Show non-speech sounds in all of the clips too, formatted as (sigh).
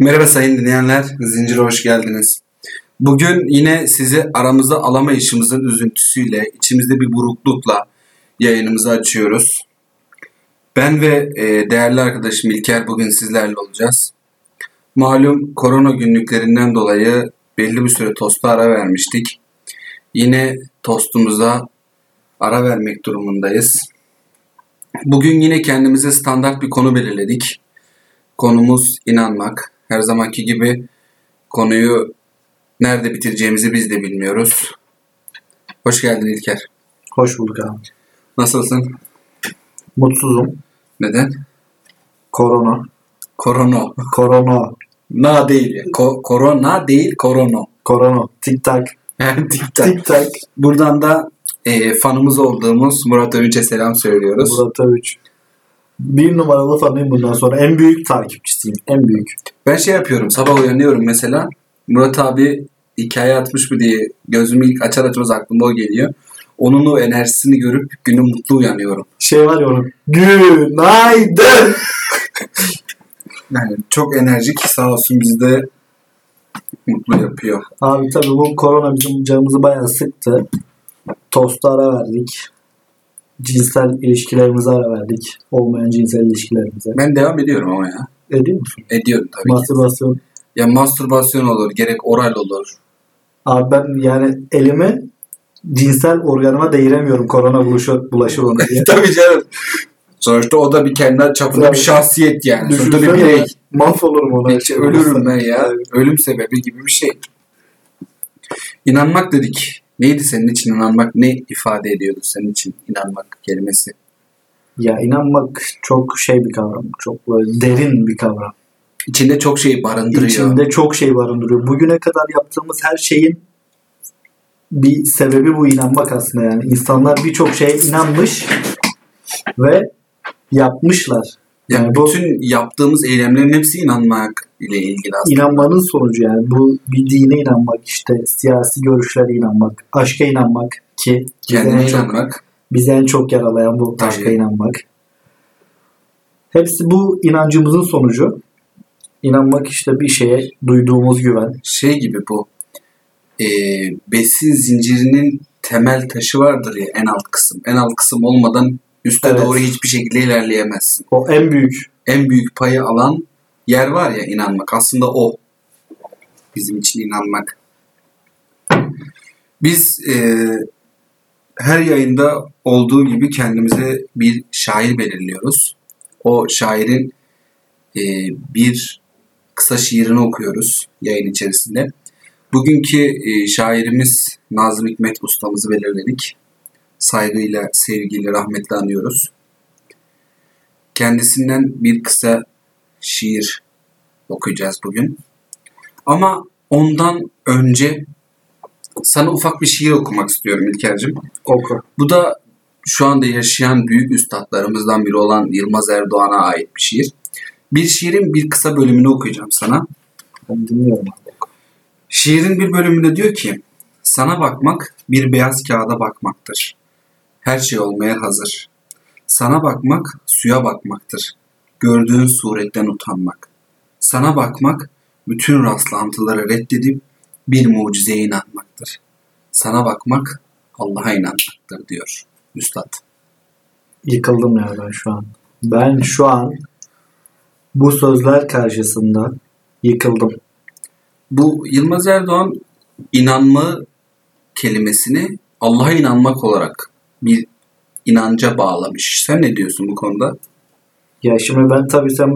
Merhaba sayın dinleyenler, Zincir'e hoş geldiniz. Bugün yine sizi aramızda alamayışımızın üzüntüsüyle, içimizde bir buruklukla yayınımızı açıyoruz. Ben ve e, değerli arkadaşım İlker bugün sizlerle olacağız. Malum korona günlüklerinden dolayı belli bir süre tosta ara vermiştik. Yine tostumuza ara vermek durumundayız. Bugün yine kendimize standart bir konu belirledik. Konumuz inanmak. Her zamanki gibi konuyu nerede bitireceğimizi biz de bilmiyoruz. Hoş geldin İlker. Hoş bulduk abi. Nasılsın? Mutsuzum. Neden? Korona. Korona. Korona. Na değil. Ko- korona değil, korona. Korona. Tik tak. Tik tak. Tik tak. Buradan da e, fanımız olduğumuz Murat Övünç'e selam söylüyoruz. Murat Övüç. Bir numaralı fanıyım bundan sonra. En büyük takipçisiyim. En büyük. Ben şey yapıyorum, sabah uyanıyorum mesela. Murat abi hikaye atmış mı diye gözümü ilk açar açmaz aklıma o geliyor. Onun o enerjisini görüp günü mutlu uyanıyorum. Şey var ya onun. Günaydın. Yani çok enerjik sağ olsun bizi de mutlu yapıyor. Abi tabii bu korona bizim canımızı bayağı sıktı. Tostu ara verdik. Cinsel ilişkilerimize ara verdik. Olmayan cinsel ilişkilerimize. Ben devam ediyorum ama ya. Ediyor musun? Ediyorum tabii ki. Mastürbasyon. Ya mastürbasyon olur, gerek oral olur. (laughs) Abi ben yani elimi cinsel organıma değiremiyorum korona bulaşı, (laughs) bulaşır ona diye. tabii canım. Sonuçta o da bir kendi çapında Tabii. bir şahsiyet yani. Sonuçta bir Düşünsene birey. ya, mahvolurum ona. İşte ölürüm ben ya. Ölüm sebebi gibi bir şey. İnanmak dedik. Neydi senin için inanmak? Ne ifade ediyordu senin için inanmak kelimesi? Ya inanmak çok şey bir kavram. Çok böyle derin bir kavram. İçinde çok şey barındırıyor. İçinde çok şey barındırıyor. Bugüne kadar yaptığımız her şeyin bir sebebi bu inanmak aslında yani. İnsanlar birçok şeye inanmış ve yapmışlar. Yani Yani bu- bütün yaptığımız eylemlerin hepsi inanmak ile ilgili aslında. İnanmanın sonucu yani bu bir dine inanmak işte siyasi görüşlere inanmak, aşka inanmak ki bizi en Kendine çok- inanmak. bizi en çok yaralayan bu Tabii. aşka inanmak. Hepsi bu inancımızın sonucu. İnanmak işte bir şeye duyduğumuz güven. şey gibi bu e, besin zincirinin temel taşı vardır ya en alt kısım. En alt kısım olmadan üste Evet. doğru hiçbir şekilde ilerleyemezsin. O en büyük En büyük payı alan yer var ya inanmak. Aslında o bizim için inanmak. Biz e, her yayında olduğu gibi kendimize bir şair belirliyoruz. O şairin e, bir kısa şiirini okuyoruz yayın içerisinde. Bugünkü e, şairimiz Nazım Hikmet ustamızı belirledik. Saygıyla, sevgiyle, rahmetle anıyoruz. Kendisinden bir kısa şiir okuyacağız bugün. Ama ondan önce sana ufak bir şiir okumak istiyorum İlker'cim. oku. Bu da şu anda yaşayan büyük üstadlarımızdan biri olan Yılmaz Erdoğan'a ait bir şiir. Bir şiirin bir kısa bölümünü okuyacağım sana. Ben dinliyorum. abi. Şiirin bir bölümünde diyor ki, sana bakmak bir beyaz kağıda bakmaktır. Her şey olmaya hazır. Sana bakmak suya bakmaktır. Gördüğün suretten utanmak. Sana bakmak bütün rastlantıları reddedip bir mucizeye inanmaktır. Sana bakmak Allah'a inanmaktır diyor Üstad. Yıkıldım ya ben şu an. Ben şu an bu sözler karşısında yıkıldım. Bu Yılmaz Erdoğan inanma kelimesini Allah'a inanmak olarak bir inanca bağlamış. Sen ne diyorsun bu konuda? Ya şimdi ben tabii sen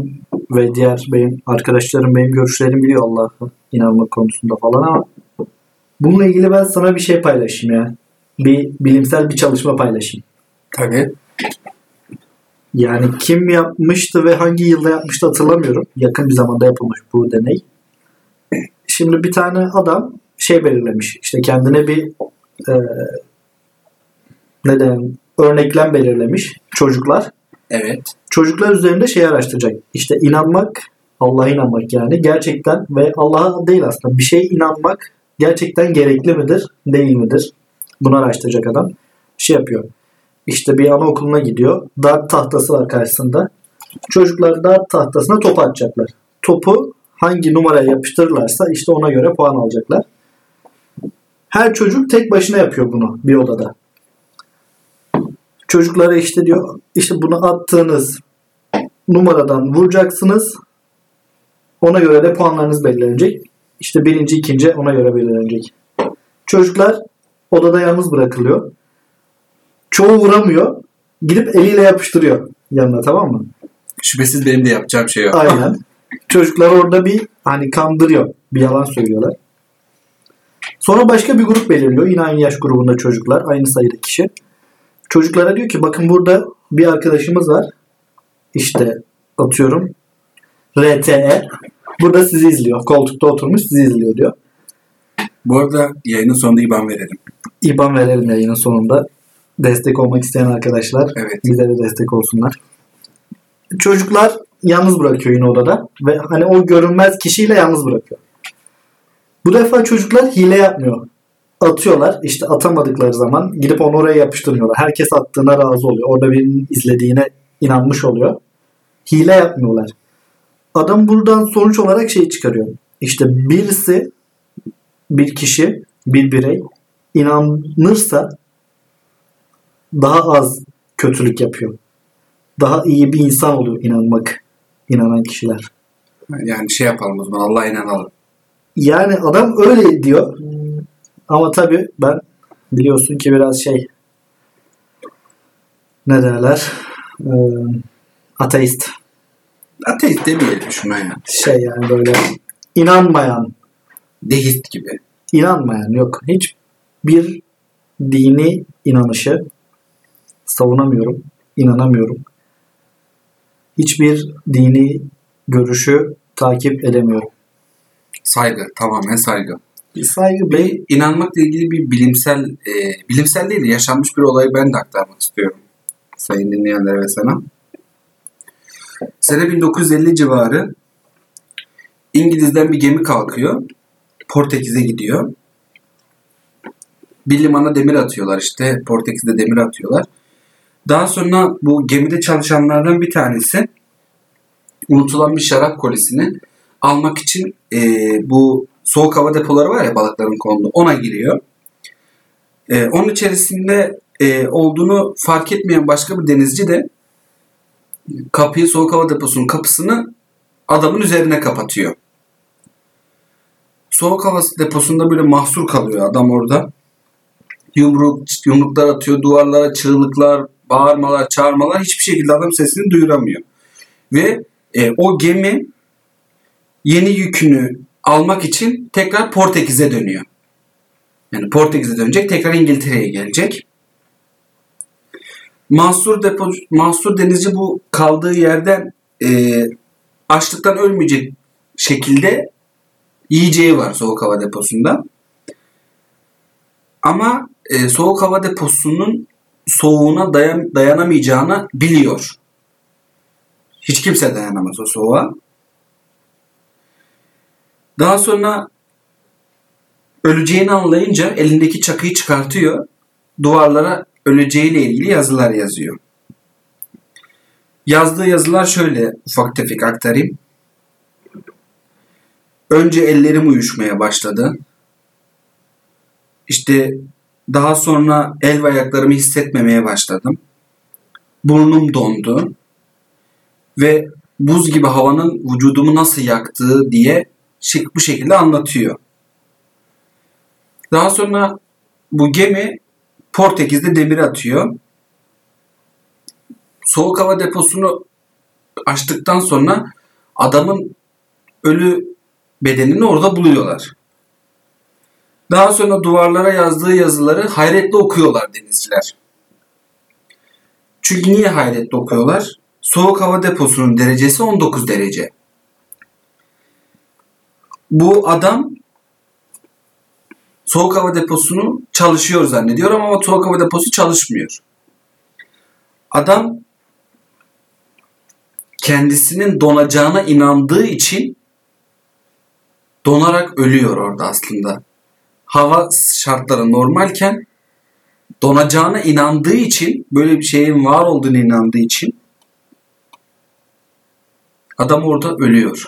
ve diğer benim arkadaşlarım benim görüşlerimi biliyor Allah'a inanma konusunda falan ama bununla ilgili ben sana bir şey paylaşayım ya. Bir bilimsel bir çalışma paylaşayım. Tabii. Yani kim yapmıştı ve hangi yılda yapmıştı hatırlamıyorum. Yakın bir zamanda yapılmış bu deney. Şimdi bir tane adam şey belirlemiş. İşte kendine bir e, neden örneklem belirlemiş çocuklar. Evet. çocuklar üzerinde şey araştıracak. İşte inanmak, Allah'a inanmak yani gerçekten ve Allah'a değil aslında bir şeye inanmak gerçekten gerekli midir, değil midir? Bunu araştıracak adam. Şey yapıyor. İşte bir anaokuluna gidiyor. Dart tahtası var karşısında. Çocuklar dart tahtasına top atacaklar. Topu hangi numaraya yapıştırırlarsa işte ona göre puan alacaklar. Her çocuk tek başına yapıyor bunu bir odada. Çocuklara işte diyor işte bunu attığınız numaradan vuracaksınız. Ona göre de puanlarınız belirlenecek. İşte birinci, ikinci ona göre belirlenecek. Çocuklar odada yalnız bırakılıyor. Çoğu vuramıyor. Gidip eliyle yapıştırıyor yanına tamam mı? Şüphesiz benim de yapacağım şey yok. Aynen. Çocuklar orada bir hani kandırıyor. Bir yalan söylüyorlar. Sonra başka bir grup belirliyor. Yine aynı yaş grubunda çocuklar. Aynı sayıda kişi. Çocuklara diyor ki bakın burada bir arkadaşımız var. İşte atıyorum RTE. Burada sizi izliyor. Koltukta oturmuş sizi izliyor diyor. (laughs) Bu arada yayının sonunda IBAN verelim. İBAN verelim yayının sonunda. Destek olmak isteyen arkadaşlar Evet. bize de destek olsunlar. Çocuklar yalnız bırakıyor yine odada ve hani o görünmez kişiyle yalnız bırakıyor. Bu defa çocuklar hile yapmıyor. Atıyorlar işte atamadıkları zaman gidip onu oraya yapıştırmıyorlar. Herkes attığına razı oluyor. Orada birinin izlediğine inanmış oluyor. Hile yapmıyorlar. Adam buradan sonuç olarak şey çıkarıyor. İşte birisi bir kişi bir birey inanırsa daha az kötülük yapıyor. Daha iyi bir insan oluyor inanmak, inanan kişiler. Yani şey yapalım o zaman Allah'a inanalım. Yani adam öyle diyor. Ama tabii ben biliyorsun ki biraz şey ne derler Ee, ateist Ateist demeyelim şuna ya. şey yani böyle inanmayan Deist gibi. inanmayan yok hiç bir dini inanışı savunamıyorum inanamıyorum hiçbir dini görüşü takip edemiyorum Saygı. Tamamen saygı. saygı Ve inanmakla ilgili bir bilimsel, e, bilimsel değil de yaşanmış bir olayı ben de aktarmak istiyorum. Sayın dinleyenlere ve sana. Sene 1950 civarı İngiliz'den bir gemi kalkıyor. Portekiz'e gidiyor. Bir limana demir atıyorlar işte. Portekiz'de demir atıyorlar. Daha sonra bu gemide çalışanlardan bir tanesi unutulan bir şarap kolisini almak için eee, bu soğuk hava depoları var ya balıkların konulu ona giriyor. Eee, onun içerisinde eee, olduğunu fark etmeyen başka bir denizci de kapıyı soğuk hava deposunun kapısını adamın üzerine kapatıyor. Soğuk hava deposunda böyle mahsur kalıyor adam orada. Yumruk, yumruklar atıyor duvarlara çığlıklar, bağırmalar, çağırmalar hiçbir şekilde adam sesini duyuramıyor. Ve e, o gemi yeni yükünü almak için tekrar Portekiz'e dönüyor. Yani Portekiz'e dönecek, tekrar İngiltere'ye gelecek. Mahsur depo, mahsur denizci bu kaldığı yerden e, açlıktan ölmeyecek şekilde yiyeceği var soğuk hava deposunda. Ama e, soğuk hava deposunun soğuğuna dayan, dayanamayacağını biliyor. Hiç kimse dayanamaz o soğuğa. Daha sonra öleceğini anlayınca elindeki çakıyı çıkartıyor. Duvarlara öleceğiyle ilgili yazılar yazıyor. Yazdığı yazılar şöyle ufak tefek aktarayım. Önce ellerim uyuşmaya başladı. İşte daha sonra el ve ayaklarımı hissetmemeye başladım. Burnum dondu ve buz gibi havanın vücudumu nasıl yaktığı diye şık bu şekilde anlatıyor. Daha sonra bu gemi Portekiz'de demir atıyor. Soğuk hava deposunu açtıktan sonra adamın ölü bedenini orada buluyorlar. Daha sonra duvarlara yazdığı yazıları hayretle okuyorlar denizciler. Çünkü niye hayretle okuyorlar? Soğuk hava deposunun derecesi 19 derece bu adam soğuk hava deposunu çalışıyor zannediyor ama soğuk hava deposu çalışmıyor. Adam kendisinin donacağına inandığı için donarak ölüyor orada aslında. Hava şartları normalken donacağına inandığı için böyle bir şeyin var olduğunu inandığı için adam orada ölüyor.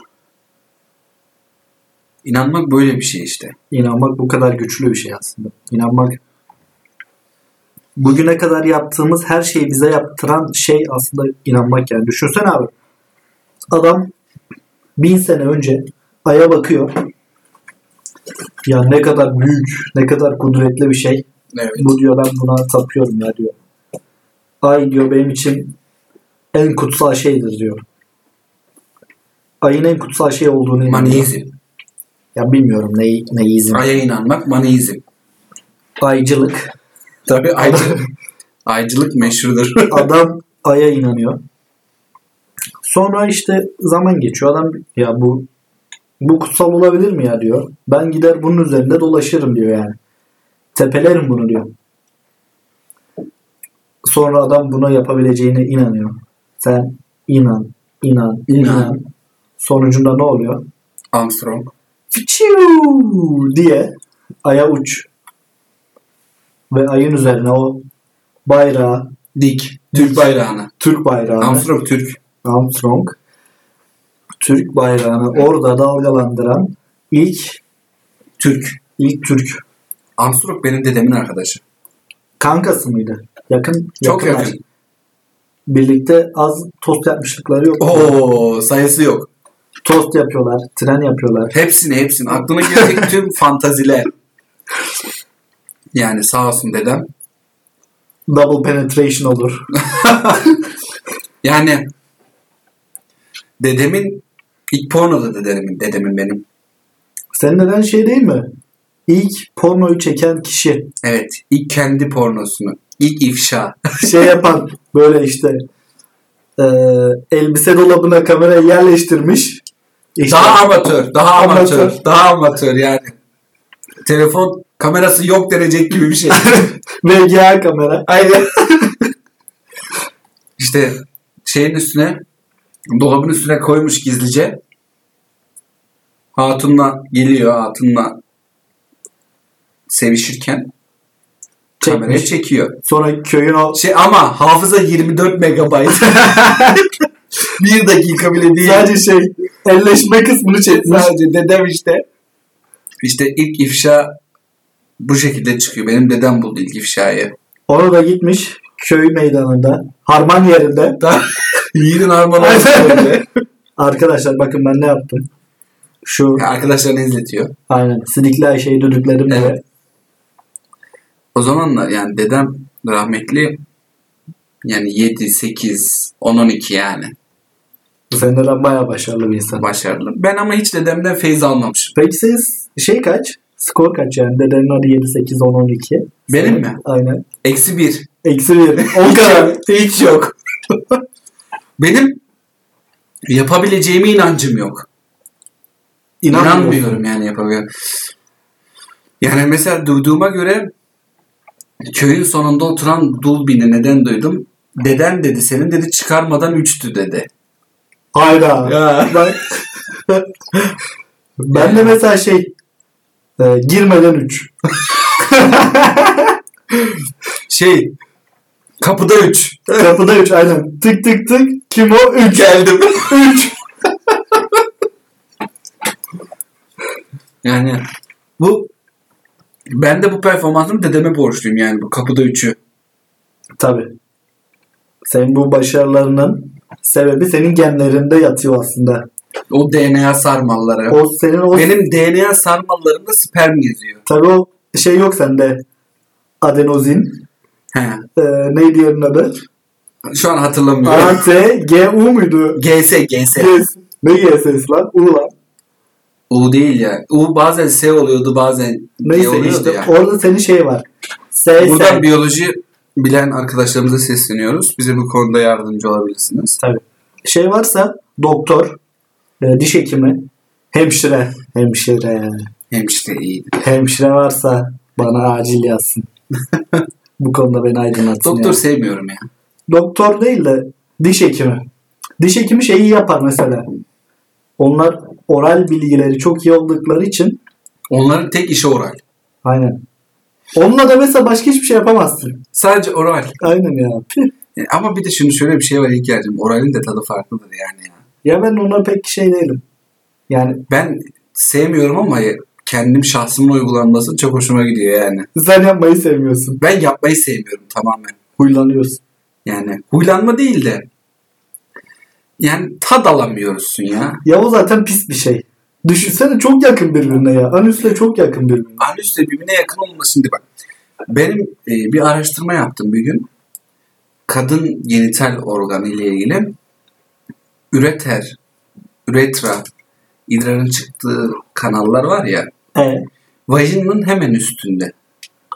İnanmak böyle bir şey işte. İnanmak bu kadar güçlü bir şey aslında. İnanmak bugüne kadar yaptığımız her şeyi bize yaptıran şey aslında inanmak yani. Düşünsene abi. Adam bin sene önce Ay'a bakıyor. Ya ne kadar büyük, ne kadar kudretli bir şey. Evet. Bu diyor ben buna tapıyorum ya diyor. Ay diyor benim için en kutsal şeydir diyor. Ayın en kutsal şey olduğunu inanıyor. Maneizm. Ya bilmiyorum neyi, neyi izin. Ay'a inanmak maneizm. Aycılık. Tabii aycılık, aycılık (laughs) meşhurdur. Adam Ay'a inanıyor. Sonra işte zaman geçiyor. Adam ya bu bu kutsal olabilir mi ya diyor. Ben gider bunun üzerinde dolaşırım diyor yani. Tepelerim bunu diyor. Sonra adam buna yapabileceğine inanıyor. Sen inan, inan, inan. İnan. Sonucunda ne oluyor? Armstrong. Fiçiu diye aya uç. Ve ayın üzerine o bayrağı dik. Türk bayrağına. Türk bayrağını Armstrong Türk. Armstrong Türk bayrağını orada dalgalandıran ilk Türk. ilk Türk Armstrong benim dedemin arkadaşı. kankası mıydı? Yakın Çok yakınlar. yakın. Birlikte az tost yapmışlıkları yok. Oo sayısı yok. Tost yapıyorlar, tren yapıyorlar. Hepsini hepsini. Aklına gelecek tüm fantaziler. Yani sağ olsun dedem. Double penetration olur. Yani dedemin ilk pornoda da dedemin, dedemin benim. Senin neden şey değil mi? İlk pornoyu çeken kişi Evet. ilk kendi pornosunu. ilk ifşa. şey yapan (laughs) böyle işte e, elbise dolabına kamerayı yerleştirmiş. İşte Daha (laughs) amatör. Daha amatör. Amatör. Daha amatör yani. Telefon kamerası yok denecek gibi bir şey. VGA kamera. Aynen. işte şeyin üstüne dolabın üstüne koymuş gizlice. Hatunla geliyor hatunla sevişirken Çekmiş. kameraya çekiyor. Sonra köyün o Şey ama hafıza 24 megabayt. (laughs) bir dakika bile değil. sadece şey elleşme kısmını çekmiş. Sadece dedem işte. İşte ilk ifşa bu şekilde çıkıyor. Benim dedem buldu ilk ifşayı. Ona da gitmiş köy meydanında harman yerinde. (laughs) Yiğidin harmanı. Arkadaşlar bakın ben ne yaptım. Şu Arkadaşlarını izletiyor. aynen sidikli Ayşe'yi düdüklerimle Evet. O zamanlar yani dedem rahmetli yani 7, 8, 10, 12 yani senden bayağı başarılı bir insan. başarılı. Ben ama hiç dedemden feyz almamışım. Peki siz şey kaç? Skor kaç yani? Dedenin adı 7, 8, 10, 12. Benim mi? Aynen. Eksi 1. Eksi 1. 10 kadar. (laughs) Hiç yok. Benim yapabileceğime inancım yok. İnanmıyorum yani yapabiliyorum. Yani mesela duyduğuma göre köyün sonunda oturan Dulbin'i neden duydum? Deden dedi senin dedi çıkarmadan üçtü dedi. Hayda. Ben, (laughs) ben de mesela şey e, girmeden 3. Şey kapıda üç. Kapıda 3 aynen. Tık tık tık. Kim o? 3. Geldim. yani bu ben de bu performansımı dedeme borçluyum yani bu kapıda üçü. Tabii. Senin bu başarılarının sebebi senin genlerinde yatıyor aslında. O DNA sarmalları. O senin o Benim DNA sarmallarımda sperm geziyor. tabii o şey yok sende. Adenozin. He. E, neydi yerin adı? Şu an hatırlamıyorum. ATGU muydu? GS GS. Yes. Ne GSS lan? U lan. U değil ya. U bazen S oluyordu bazen G Neyse oluyordu işte ya. orada senin şey var. S, Buradan S. biyoloji bilen arkadaşlarımıza sesleniyoruz. Bize bu konuda yardımcı olabilirsiniz. Tabii. Şey varsa doktor, e, diş hekimi, hemşire, hemşire, Hemşire iyiydi. hemşire varsa bana acil yazsın. (laughs) Bu konuda beni aydınlatsın. Doktor yani. sevmiyorum ya. Doktor değil de diş hekimi. Diş hekimi şeyi yapar mesela. Onlar oral bilgileri çok iyi oldukları için Onların tek işi oral. aynen. Onunla da mesela başka hiçbir şey yapamazsın. Sadece oral. Aynen ya. (laughs) Püh. E, Ama bir de şimdi şöyle bir şey var İlker'cim. Oralin de tadı farklıdır yani. Ya. Ya ben ona pek şey değilim. Yani Ben sevmiyorum ama kendim şahsıma uygulanması çok hoşuma gidiyor yani. Sen yapmayı sevmiyorsun. Ben yapmayı sevmiyorum tamamen. Huylanıyorsun. Yani huylanma değil de yani tad alamıyorsun ya. Ya o zaten pis bir şey. Düşünsene çok yakın birbirine ya. Anüsle çok yakın birbirine. Anüsle birbirine yakın olması şimdi bak. Benim e, bir araştırma yaptım bir gün. Kadın genital organı ile ilgili üreter, üretra, idrarın çıktığı kanallar var ya. E, Vajinanın hemen üstünde.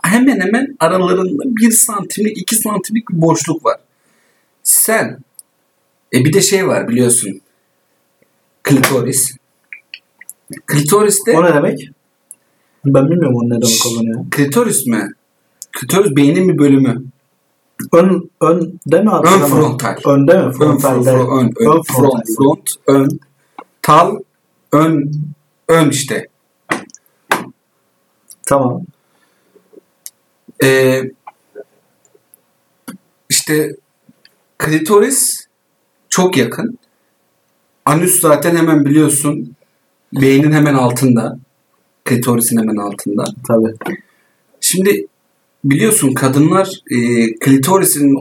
Hemen hemen aralarında 1 santimlik 2 santimlik bir boşluk var. Sen e bir de şey var biliyorsun. Klitoris. Klitoriste o ne demek? Ben bilmiyorum onun ne demek olduğunu ya. klitoris mi? Klitoris beynin bir bölümü. Ön, önde mi abi? Ön frontal. Önde mi? Ön front, Frontalde. ön, ön, Ön front, frontal. front, ön, tal, ön, ön işte. Tamam. Ee, işte klitoris çok yakın. Anüs zaten hemen biliyorsun beynin hemen altında. Klitorisin hemen altında. Tabii. Şimdi biliyorsun kadınlar e, klitorisin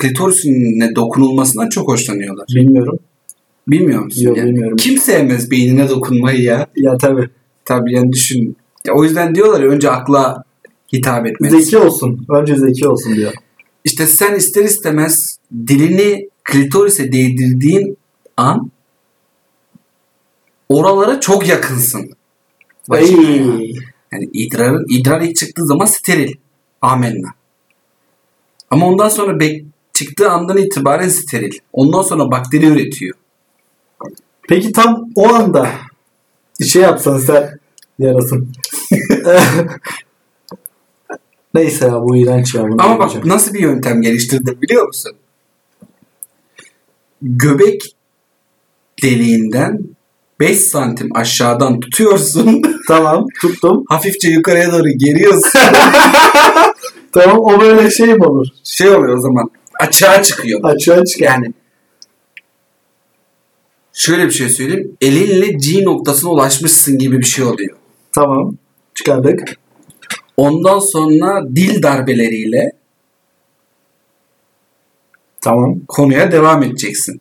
klitorisine dokunulmasından çok hoşlanıyorlar. Bilmiyorum. Bilmiyor musun? Yok, yani? bilmiyorum. Kim sevmez beynine dokunmayı ya? Ya tabii. Tabii yani düşün. Ya o yüzden diyorlar ya önce akla hitap etmelisin. Zeki olsun. Önce zeki olsun diyor. İşte sen ister istemez dilini klitorise değdirdiğin an oralara çok yakınsın. Ey. Yani idrarın, idrar ilk çıktığı zaman steril. Amenna. Ama ondan sonra bek- çıktığı andan itibaren steril. Ondan sonra bakteri üretiyor. Peki tam o anda şey yapsan sen yarasın. (laughs) Neyse ya bu iğrenç ya. Bunu Ama bak yapacağım. nasıl bir yöntem geliştirdim biliyor musun? Göbek deliğinden 5 santim aşağıdan tutuyorsun. (laughs) Tamam tuttum. hafifçe yukarıya doğru geriyorsun. (laughs) Tamam o böyle şey mi olur? şey oluyor o zaman. Açığa çıkıyor. Açığa çıkar. Yani şöyle bir şey söyleyeyim. Elinle G noktasına ulaşmışsın gibi bir şey oluyor. Tamam çıkardık. Ondan sonra dil darbeleriyle Tamam. konuya devam edeceksin.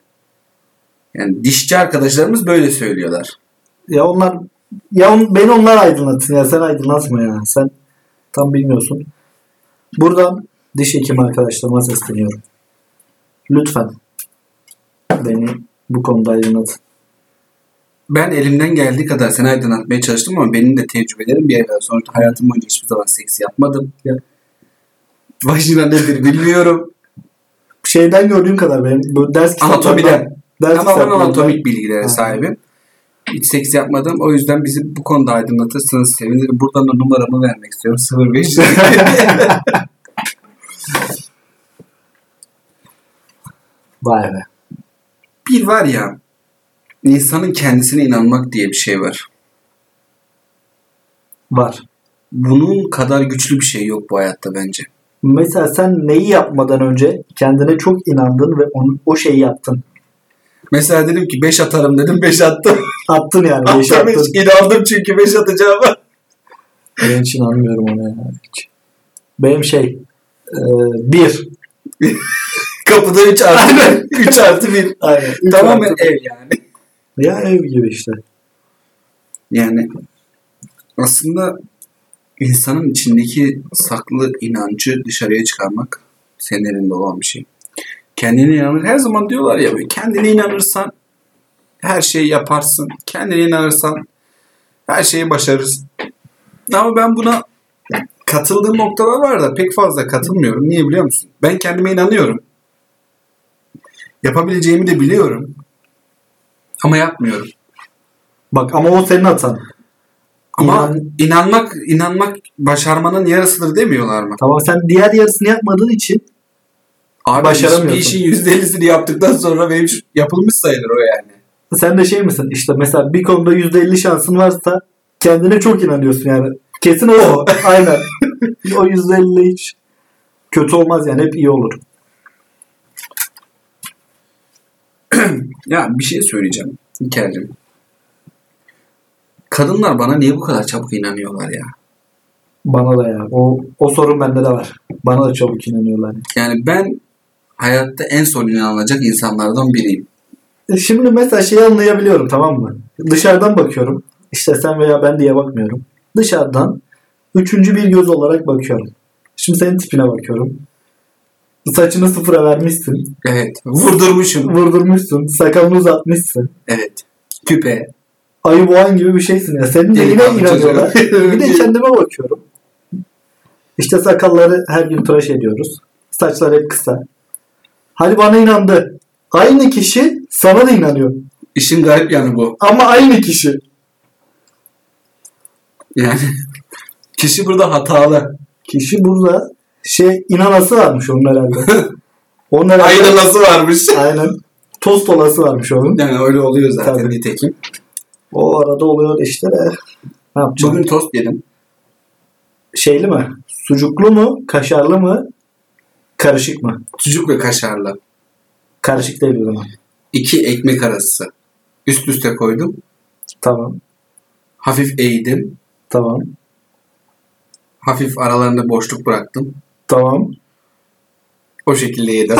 Yani dişçi arkadaşlarımız böyle söylüyorlar. Ya onlar ya on, beni onlar aydınlatsın ya sen aydınlatma ya. Sen tam bilmiyorsun. Buradan diş hekimi arkadaşlarıma sesleniyorum. Lütfen beni bu konuda aydınlatın. Ben elimden geldiği kadar seni aydınlatmaya çalıştım ama benim de tecrübelerim bir yerden sonuçta hayatım boyunca hiçbir zaman seks yapmadım. Ya. Vajina nedir bilmiyorum. şeyden gördüğüm kadar benim bu ders kitaplarından- Anatomiden. ders Ama ben kitaplarından- anatomik bilgilere Aynen. sahibim. Hiç seks yapmadım. O yüzden bizi bu konuda aydınlatırsanız sevinirim. Buradan da numaramı vermek istiyorum. 05. Vay be. bir var ya insanın kendisine inanmak diye bir şey var. Var. Bunun kadar güçlü bir şey yok bu hayatta bence. Mesela sen neyi yapmadan önce kendine çok inandın ve onu, o şeyi yaptın. Mesela dedim ki 5 atarım dedim 5 attım. Attın yani. attım beşi attın. hiç inandım çünkü 5 atacağıma. (laughs) Ben hiç inanmıyorum ona ya. Hiç. Benim şey e, bir. Kapıda 3 artı 1. 3 artı 1. Aynen. Üç Tamamen attım. ev yani. Ya ev gibi işte. Yani aslında insanın içindeki saklı inancı dışarıya çıkarmak senin elinde olan bir şey. Kendine inanır. Her zaman diyorlar ya böyle, kendine inanırsan her şeyi yaparsın. Kendine inanırsan her şeyi başarırsın. Ama ben buna katıldığım noktalar var da pek fazla katılmıyorum. Niye biliyor musun? Ben kendime inanıyorum. Yapabileceğimi de biliyorum. Ama yapmıyorum. Bak ama o senin atan. Ama İnan- inanmak inanmak başarmanın yarısıdır demiyorlar mı? Tamam sen diğer yarısını yapmadığın için Abi Başaramıyorsun. Bir işin %50'sini yaptıktan sonra benim şu- yapılmış sayılır o yani. sen de şey misin işte mesela bir konuda %50 şansın varsa kendine çok inanıyorsun yani. Kesin o. (laughs) Aynen. o %50 hiç kötü olmaz yani hep iyi olur. Ya bir şey söyleyeceğim İlker'cim. Kadınlar bana niye bu kadar çabuk inanıyorlar ya? Bana da ya. O, o sorun bende de var. Bana da çabuk inanıyorlar. Yani ben hayatta en son inanılacak insanlardan biriyim. E, Şimdi mesela şeyi anlayabiliyorum tamam mı? Dışarıdan bakıyorum. İşte sen veya ben diye bakmıyorum. Dışarıdan üçüncü bir göz olarak bakıyorum. Şimdi senin tipine bakıyorum. Saçını sıfıra vermişsin. Evet. Vurdurmuşum. Vurdurmuşsun. Sakalını uzatmışsın. Evet. Küpe. Ayı boğan gibi bir şeysin ya. Senin de yine Delikanlı inanıyorlar. çocuğum. bir de kendime bakıyorum. İşte sakalları her gün tıraş ediyoruz. Saçlar hep kısa. Hadi bana inandı. Aynı kişi sana da inanıyor. İşin garip yanı bu. Ama aynı kişi. Yani (laughs) kişi burada hatalı. Kişi burada şey inanası varmış onun (laughs) herhalde. onun herhalde Ayrılası varmış. aynen tost olası varmış onun. Yani öyle oluyor zaten Tabii. nitekim. O arada oluyor işte de. Ne yapacağım? Bugün tost yedim. Şeyli mi? Sucuklu mu? Kaşarlı mı? Karışık mı? Sucuk ve kaşarlı. Karışık değil o zaman. İki ekmek arası. Üst üste koydum. Tamam. Hafif eğdim. Tamam. Hafif aralarında boşluk bıraktım. Tamam. O şekilde yedim.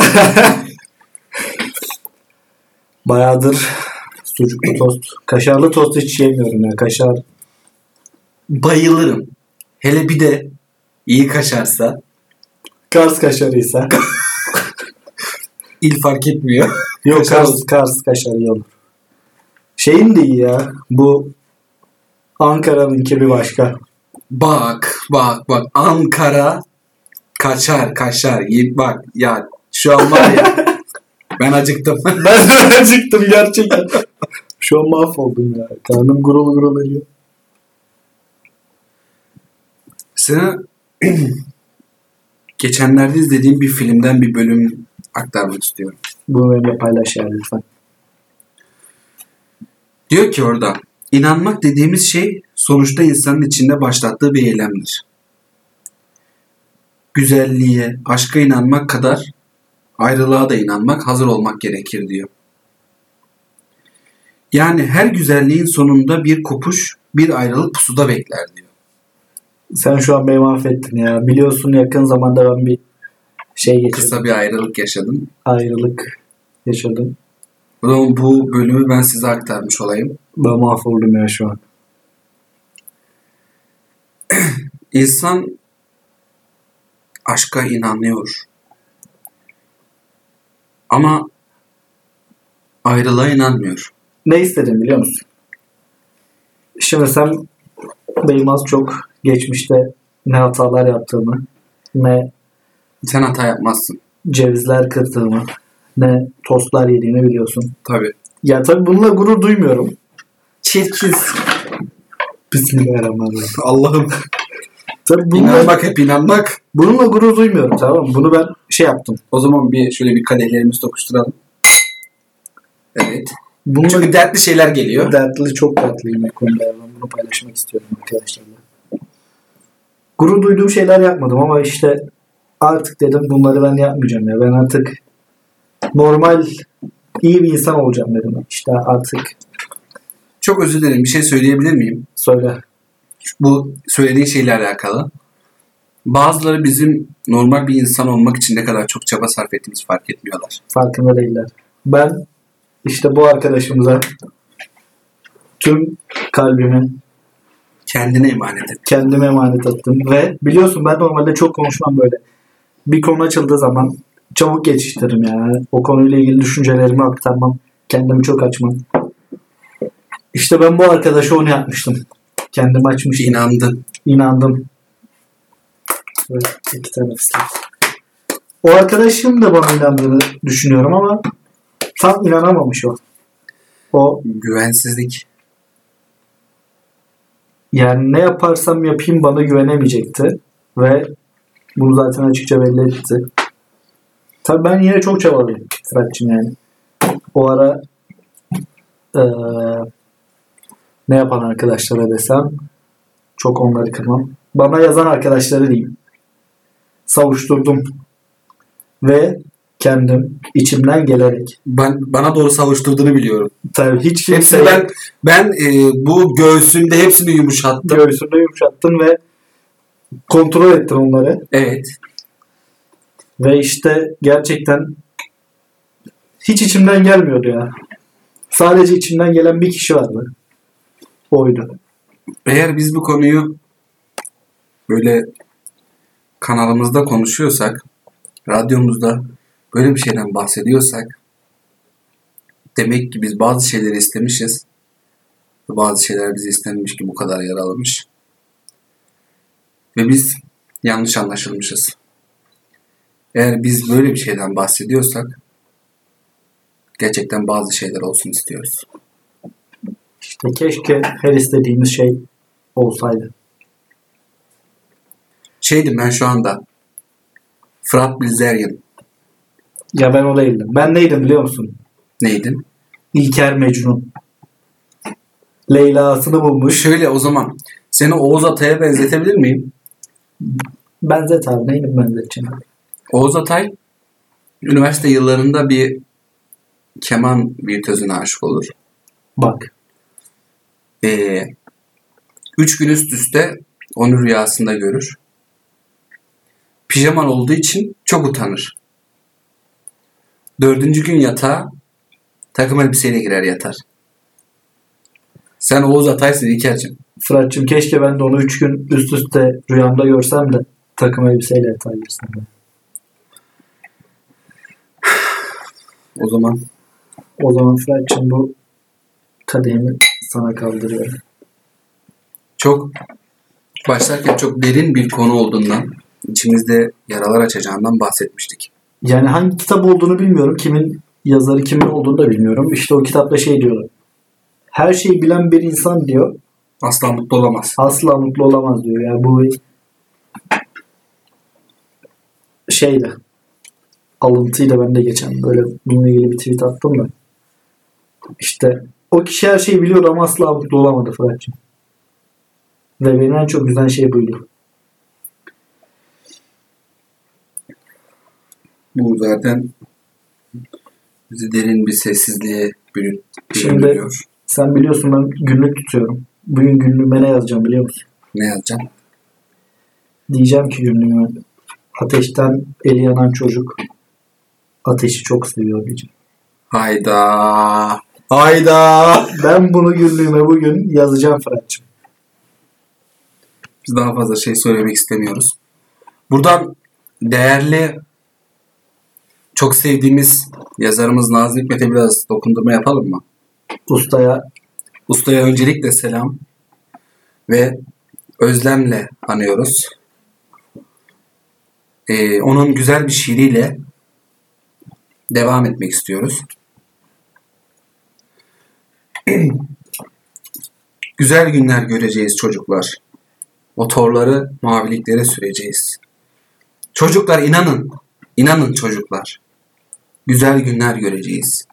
Bayağıdır sucuklu tost. Kaşarlı tost hiç yemiyorum ya. Kaşar. Bayılırım. Hele bir de iyi kaşarsa Kars kaşarıysa. (laughs) il fark etmiyor. (laughs) Yok Kaşar- Kars, Kars kaşarı iyi olur. Şeyin de iyi ya. Bu Ankara'nınki bir başka. Bak bak bak Ankara kaçar kaçar. Ye- Bak ya şu an var ya ben acıktım. (laughs) Ben de acıktım gerçekten. Şu an mahvoldum ya. Karnım gurul gurul ediyor. Sana (clears throat) geçenlerde izlediğim bir filmden bir bölüm aktarmak istiyorum. Bunu benimle paylaş ya lütfen. Diyor ki orada inanmak dediğimiz şey sonuçta insanın içinde başlattığı bir eylemdir. Güzelliğe, aşka inanmak kadar ayrılığa da inanmak, hazır olmak gerekir diyor. Yani her güzelliğin sonunda bir kopuş, bir ayrılık pusuda bekler diyor. Sen şu an beni mahvettin ya. Biliyorsun yakın zamanda ben bir şey geçirdim. Kısa bir ayrılık yaşadım. Ayrılık yaşadım. O zaman bu bölümü ben size aktarmış olayım. Ben mahvoldum ya şu an. İnsan aşka inanıyor. Ama ayrılığa inanmıyor. Ne istedim biliyor musun? Şimdi sen benim az çok geçmişte ne hatalar yaptığımı, ne Sen hata yapmazsın. cevizler kırdığımı, ne tostlar yediğimi biliyorsun. Tabii. Ya tabii bununla gurur duymuyorum. Çirkiz. Bismillahirrahmanirrahim. (laughs) Allah'ım. Tabii bununla, İnanmak hep inanmak. bununla gurur duymuyorum tamam mı? Bunu ben şey yaptım. O zaman bir şöyle bir kadehlerimizi tokuşturalım. Evet. Bununla Çünkü dertli şeyler geliyor. dertli çok dertliyim bu konuda. ya. Ben bunu paylaşmak istiyorum arkadaşlarla. Gurur duyduğum şeyler yapmadım ama işte artık dedim bunları ben yapmayacağım ya. Ben artık normal iyi bir insan olacağım dedim. İşte artık Çok özür dilerim. Bir şey söyleyebilir miyim? söyle. Bu söylediğin şeyle alakalı. Bazıları bizim normal bir insan olmak için ne kadar çok çaba sarf ettiğimizi fark etmiyorlar. Farkında değiller. Ben işte bu arkadaşımıza tüm kalbimi Kendine emanet et. kendime emanet ettim ve biliyorsun ben normalde çok konuşmam böyle. Bir konu açıldığı zaman çabuk geçiştiririm yani. O konuyla ilgili düşüncelerimi aktarmam. Kendimi çok açmam. İşte ben bu arkadaşa onu yapmıştım. Kendimi açmıştım. İnandın. İnandım. Evet, iki tane fıstık. O arkadaşım da bana inandığını düşünüyorum ama tam inanamamış o. O Güvensizlik. Yani ne yaparsam yapayım bana güvenemeyecekti. Ve bunu zaten açıkça belli etti. Tabii ben yine çok çabalıyım Fırat'cığım yani. O ara eee, ne yapan arkadaşlara desem çok onları kırmam. Bana yazan arkadaşları diyeyim. Savuşturdum. Ve kendim içimden gelerek. Ben, bana doğru savuşturduğunu biliyorum. Tabii hiç Hepsini kimseye ben ben e, bu göğsümde hepsini yumuşattım. göğsünü yumuşattın ve kontrol ettin onları. Evet. Ve işte gerçekten hiç içimden gelmiyordu ya. Sadece içimden gelen bir kişi vardı. Oydu. Eğer biz bu konuyu böyle kanalımızda konuşuyorsak, radyomuzda böyle bir şeyden bahsediyorsak demek ki biz bazı şeyleri istemişiz. Ve bazı şeyler bizi istenmiş ki bu kadar yaralamış. Ve biz yanlış anlaşılmışız. Eğer biz böyle bir şeyden bahsediyorsak gerçekten bazı şeyler olsun istiyoruz. İşte keşke her istediğimiz şey olsaydı. Şeydim ben şu anda Fırat Bilzerian Ya ben o değildim. Ben neydim biliyor musun? neydin? İlker Mecnun. Leyla'sını bulmuş. Şöyle o zaman seni Oğuz Atay'a benzetebilir miyim? Benzet abi neydim benzeteceğim? Oğuz Atay üniversite yıllarında bir keman virtüözüne aşık olur. Bak. Ee, üç gün üst üste onu rüyasında görür. Pijaman olduğu için çok utanır. Dördüncü gün yatağa takım elbiseyle girer yatar. Sen Oğuz Atay'sın İlker'cim. Fırat'cığım keşke ben de onu 3 gün üst üste rüyamda görsem de takım elbiseyle yatağa girsem de. O zaman O zaman Fırat'cığım bu kadehimi sana kaldırıyorum. çok başlarken çok derin bir konu olduğundan içimizde yaralar açacağından bahsetmiştik. Yani hangi kitap olduğunu bilmiyorum. Kimin yazarı kimin olduğunu da bilmiyorum. İşte o kitapta şey diyordu. Her şeyi bilen bir insan diyor. Asla mutlu olamaz. Asla mutlu olamaz diyor. Yani bu bir şeyle alıntıyla ben de geçen böyle bununla ilgili bir tweet attım da işte o kişi her şeyi biliyordu ama asla mutlu olamadı Fırat'cığım. Ve beni en çok güzel şey buydu. Bu zaten bizi derin bir sessizliğe bürün- Şimdi- bürünüyor. Sen biliyorsun ben günlük tutuyorum. Bugün günlüğüme ne yazacağım biliyor musun? Ne yazacağım? Diyeceğim ki günlüğüme ateşten eli yanan çocuk ateşi çok seviyor diyeceğim. Hayda. Hayda. Ben bunu günlüğüme bugün yazacağım Fırat'cığım. Biz daha fazla şey söylemek istemiyoruz. Buradan değerli çok sevdiğimiz yazarımız Nazım Hikmet'e biraz dokundurma yapalım mı? Ustaya Ustaya öncelikle selam ve özlemle anıyoruz. Ee, onun güzel bir şiiriyle devam etmek istiyoruz. (clears throat) güzel günler göreceğiz çocuklar. Motorları maviliklere süreceğiz. Çocuklar inanın, inanın çocuklar. Güzel günler göreceğiz.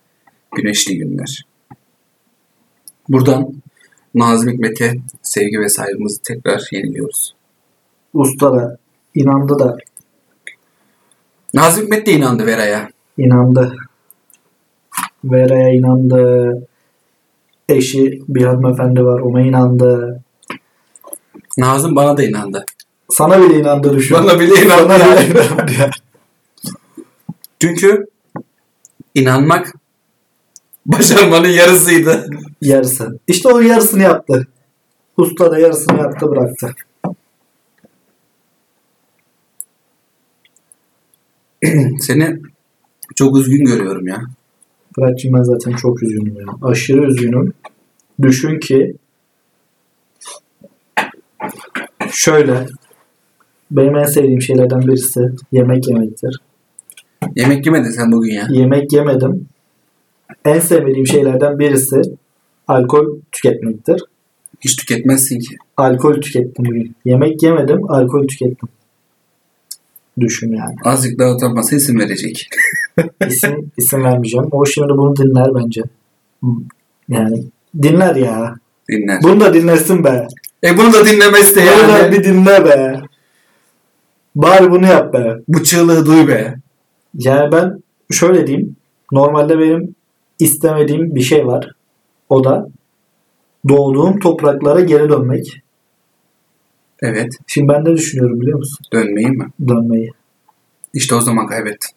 Güneşli günler. Buradan Nazım Hikmet'e sevgi ve saygımızı tekrar yeniliyoruz. usta da inandı da Nazım Hikmet de inandı Vera'ya. inandı. Vera'ya inandı. Eşi bir hanımefendi var ona inandı. Nazım bana da inandı. Sana bile inandı düşün. Bana bile inandı Sana ya. bile inandı (laughs) ya. Çünkü inanmak (laughs) başarmanın yarısıydı. Yarısı. İşte o yarısını yaptı. Usta da yarısını yaptı bıraktı. Seni çok üzgün görüyorum ya. Fırat'cığım ben zaten çok üzgünüm ya. Aşırı üzgünüm. Düşün ki şöyle benim en sevdiğim şeylerden birisi yemek yemektir. Yemek yemedin sen bugün ya. Yemek yemedim. En sevmediğim şeylerden birisi alkol tüketmektir. Hiç tüketmezsin ki. Alkol tükettim bugün. Yemek yemedim, alkol tükettim. Düşün yani. Azıcık daha utanması isim verecek. İsim, isim vermeyeceğim. O şimdi bunu dinler bence. Yani dinler ya. Dinler. Bunu da dinlesin be. E bunu da dinlemezse Yani. yani. bir dinle be. Bari bunu yap be. Bu çığlığı duy be. Yani ben şöyle diyeyim. Normalde benim istemediğim bir şey var. O da doğduğum topraklara geri dönmek. Evet. Şimdi ben ne düşünüyorum biliyor musun? Dönmeyi mi? Dönmeyi. İşte o zaman kaybettin.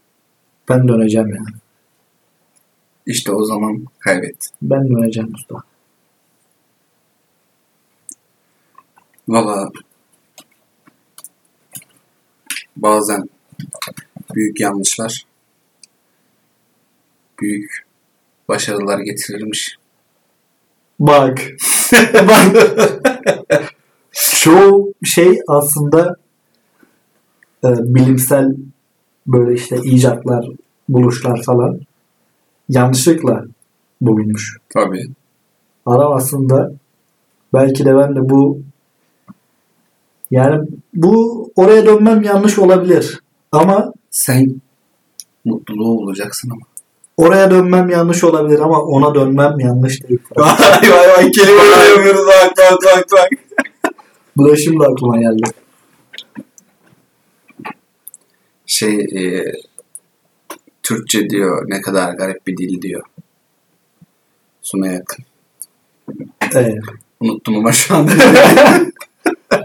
Ben döneceğim yani. İşte o zaman kaybettin. Ben döneceğim usta. Valla bazen büyük yanlışlar büyük başarılar getirirmiş. Bak. Bak. Çoğu şey aslında e, bilimsel böyle işte icatlar, buluşlar falan yanlışlıkla bulunmuş. Tabii. Adam aslında belki de ben de bu yani bu oraya dönmem yanlış olabilir. Ama Sen mutluluğu bulacaksın ama. oraya dönmem yanlış olabilir ama ona dönmem yanlış değil. (laughs) vay vay vay kelimeler yapıyoruz bak bak bak bak. Bu da şimdi aklıma geldi. Şey e, Türkçe diyor ne kadar garip bir dil diyor. Suna yakın. Evet. Unuttum ama şu (laughs) anda.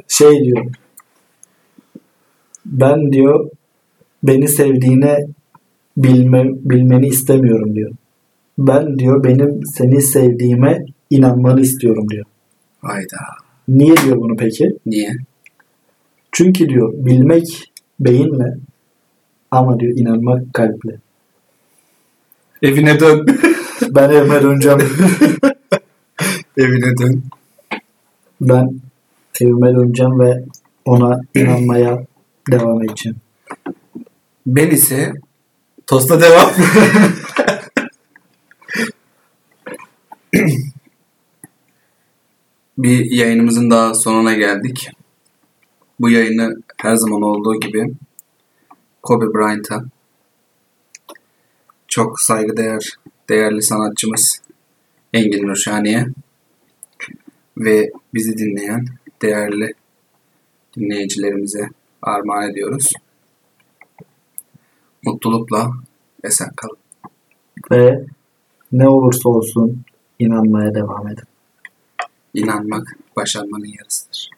şey diyor. Ben diyor beni sevdiğine bilme, bilmeni istemiyorum diyor. Ben diyor benim seni sevdiğime inanmanı istiyorum diyor. Hayda. Niye diyor bunu peki? Niye? Çünkü diyor bilmek beyinle ama diyor inanmak kalple. Evine dön. Ben evime döneceğim. (laughs) Evine dön. ben evime döneceğim ve ona inanmaya devam edeceğim. Ben ise tosta devam. Bir yayınımızın daha sonuna geldik. Bu yayını her zaman olduğu gibi Kobe Bryant'a çok saygıdeğer değerli sanatçımız Engin Nurşani'ye ve bizi dinleyen değerli dinleyicilerimize armağan ediyoruz. Mutlulukla esen kalın. Ve ne olursa olsun inanmaya devam edin. İnanmak başarmanın yarısıdır.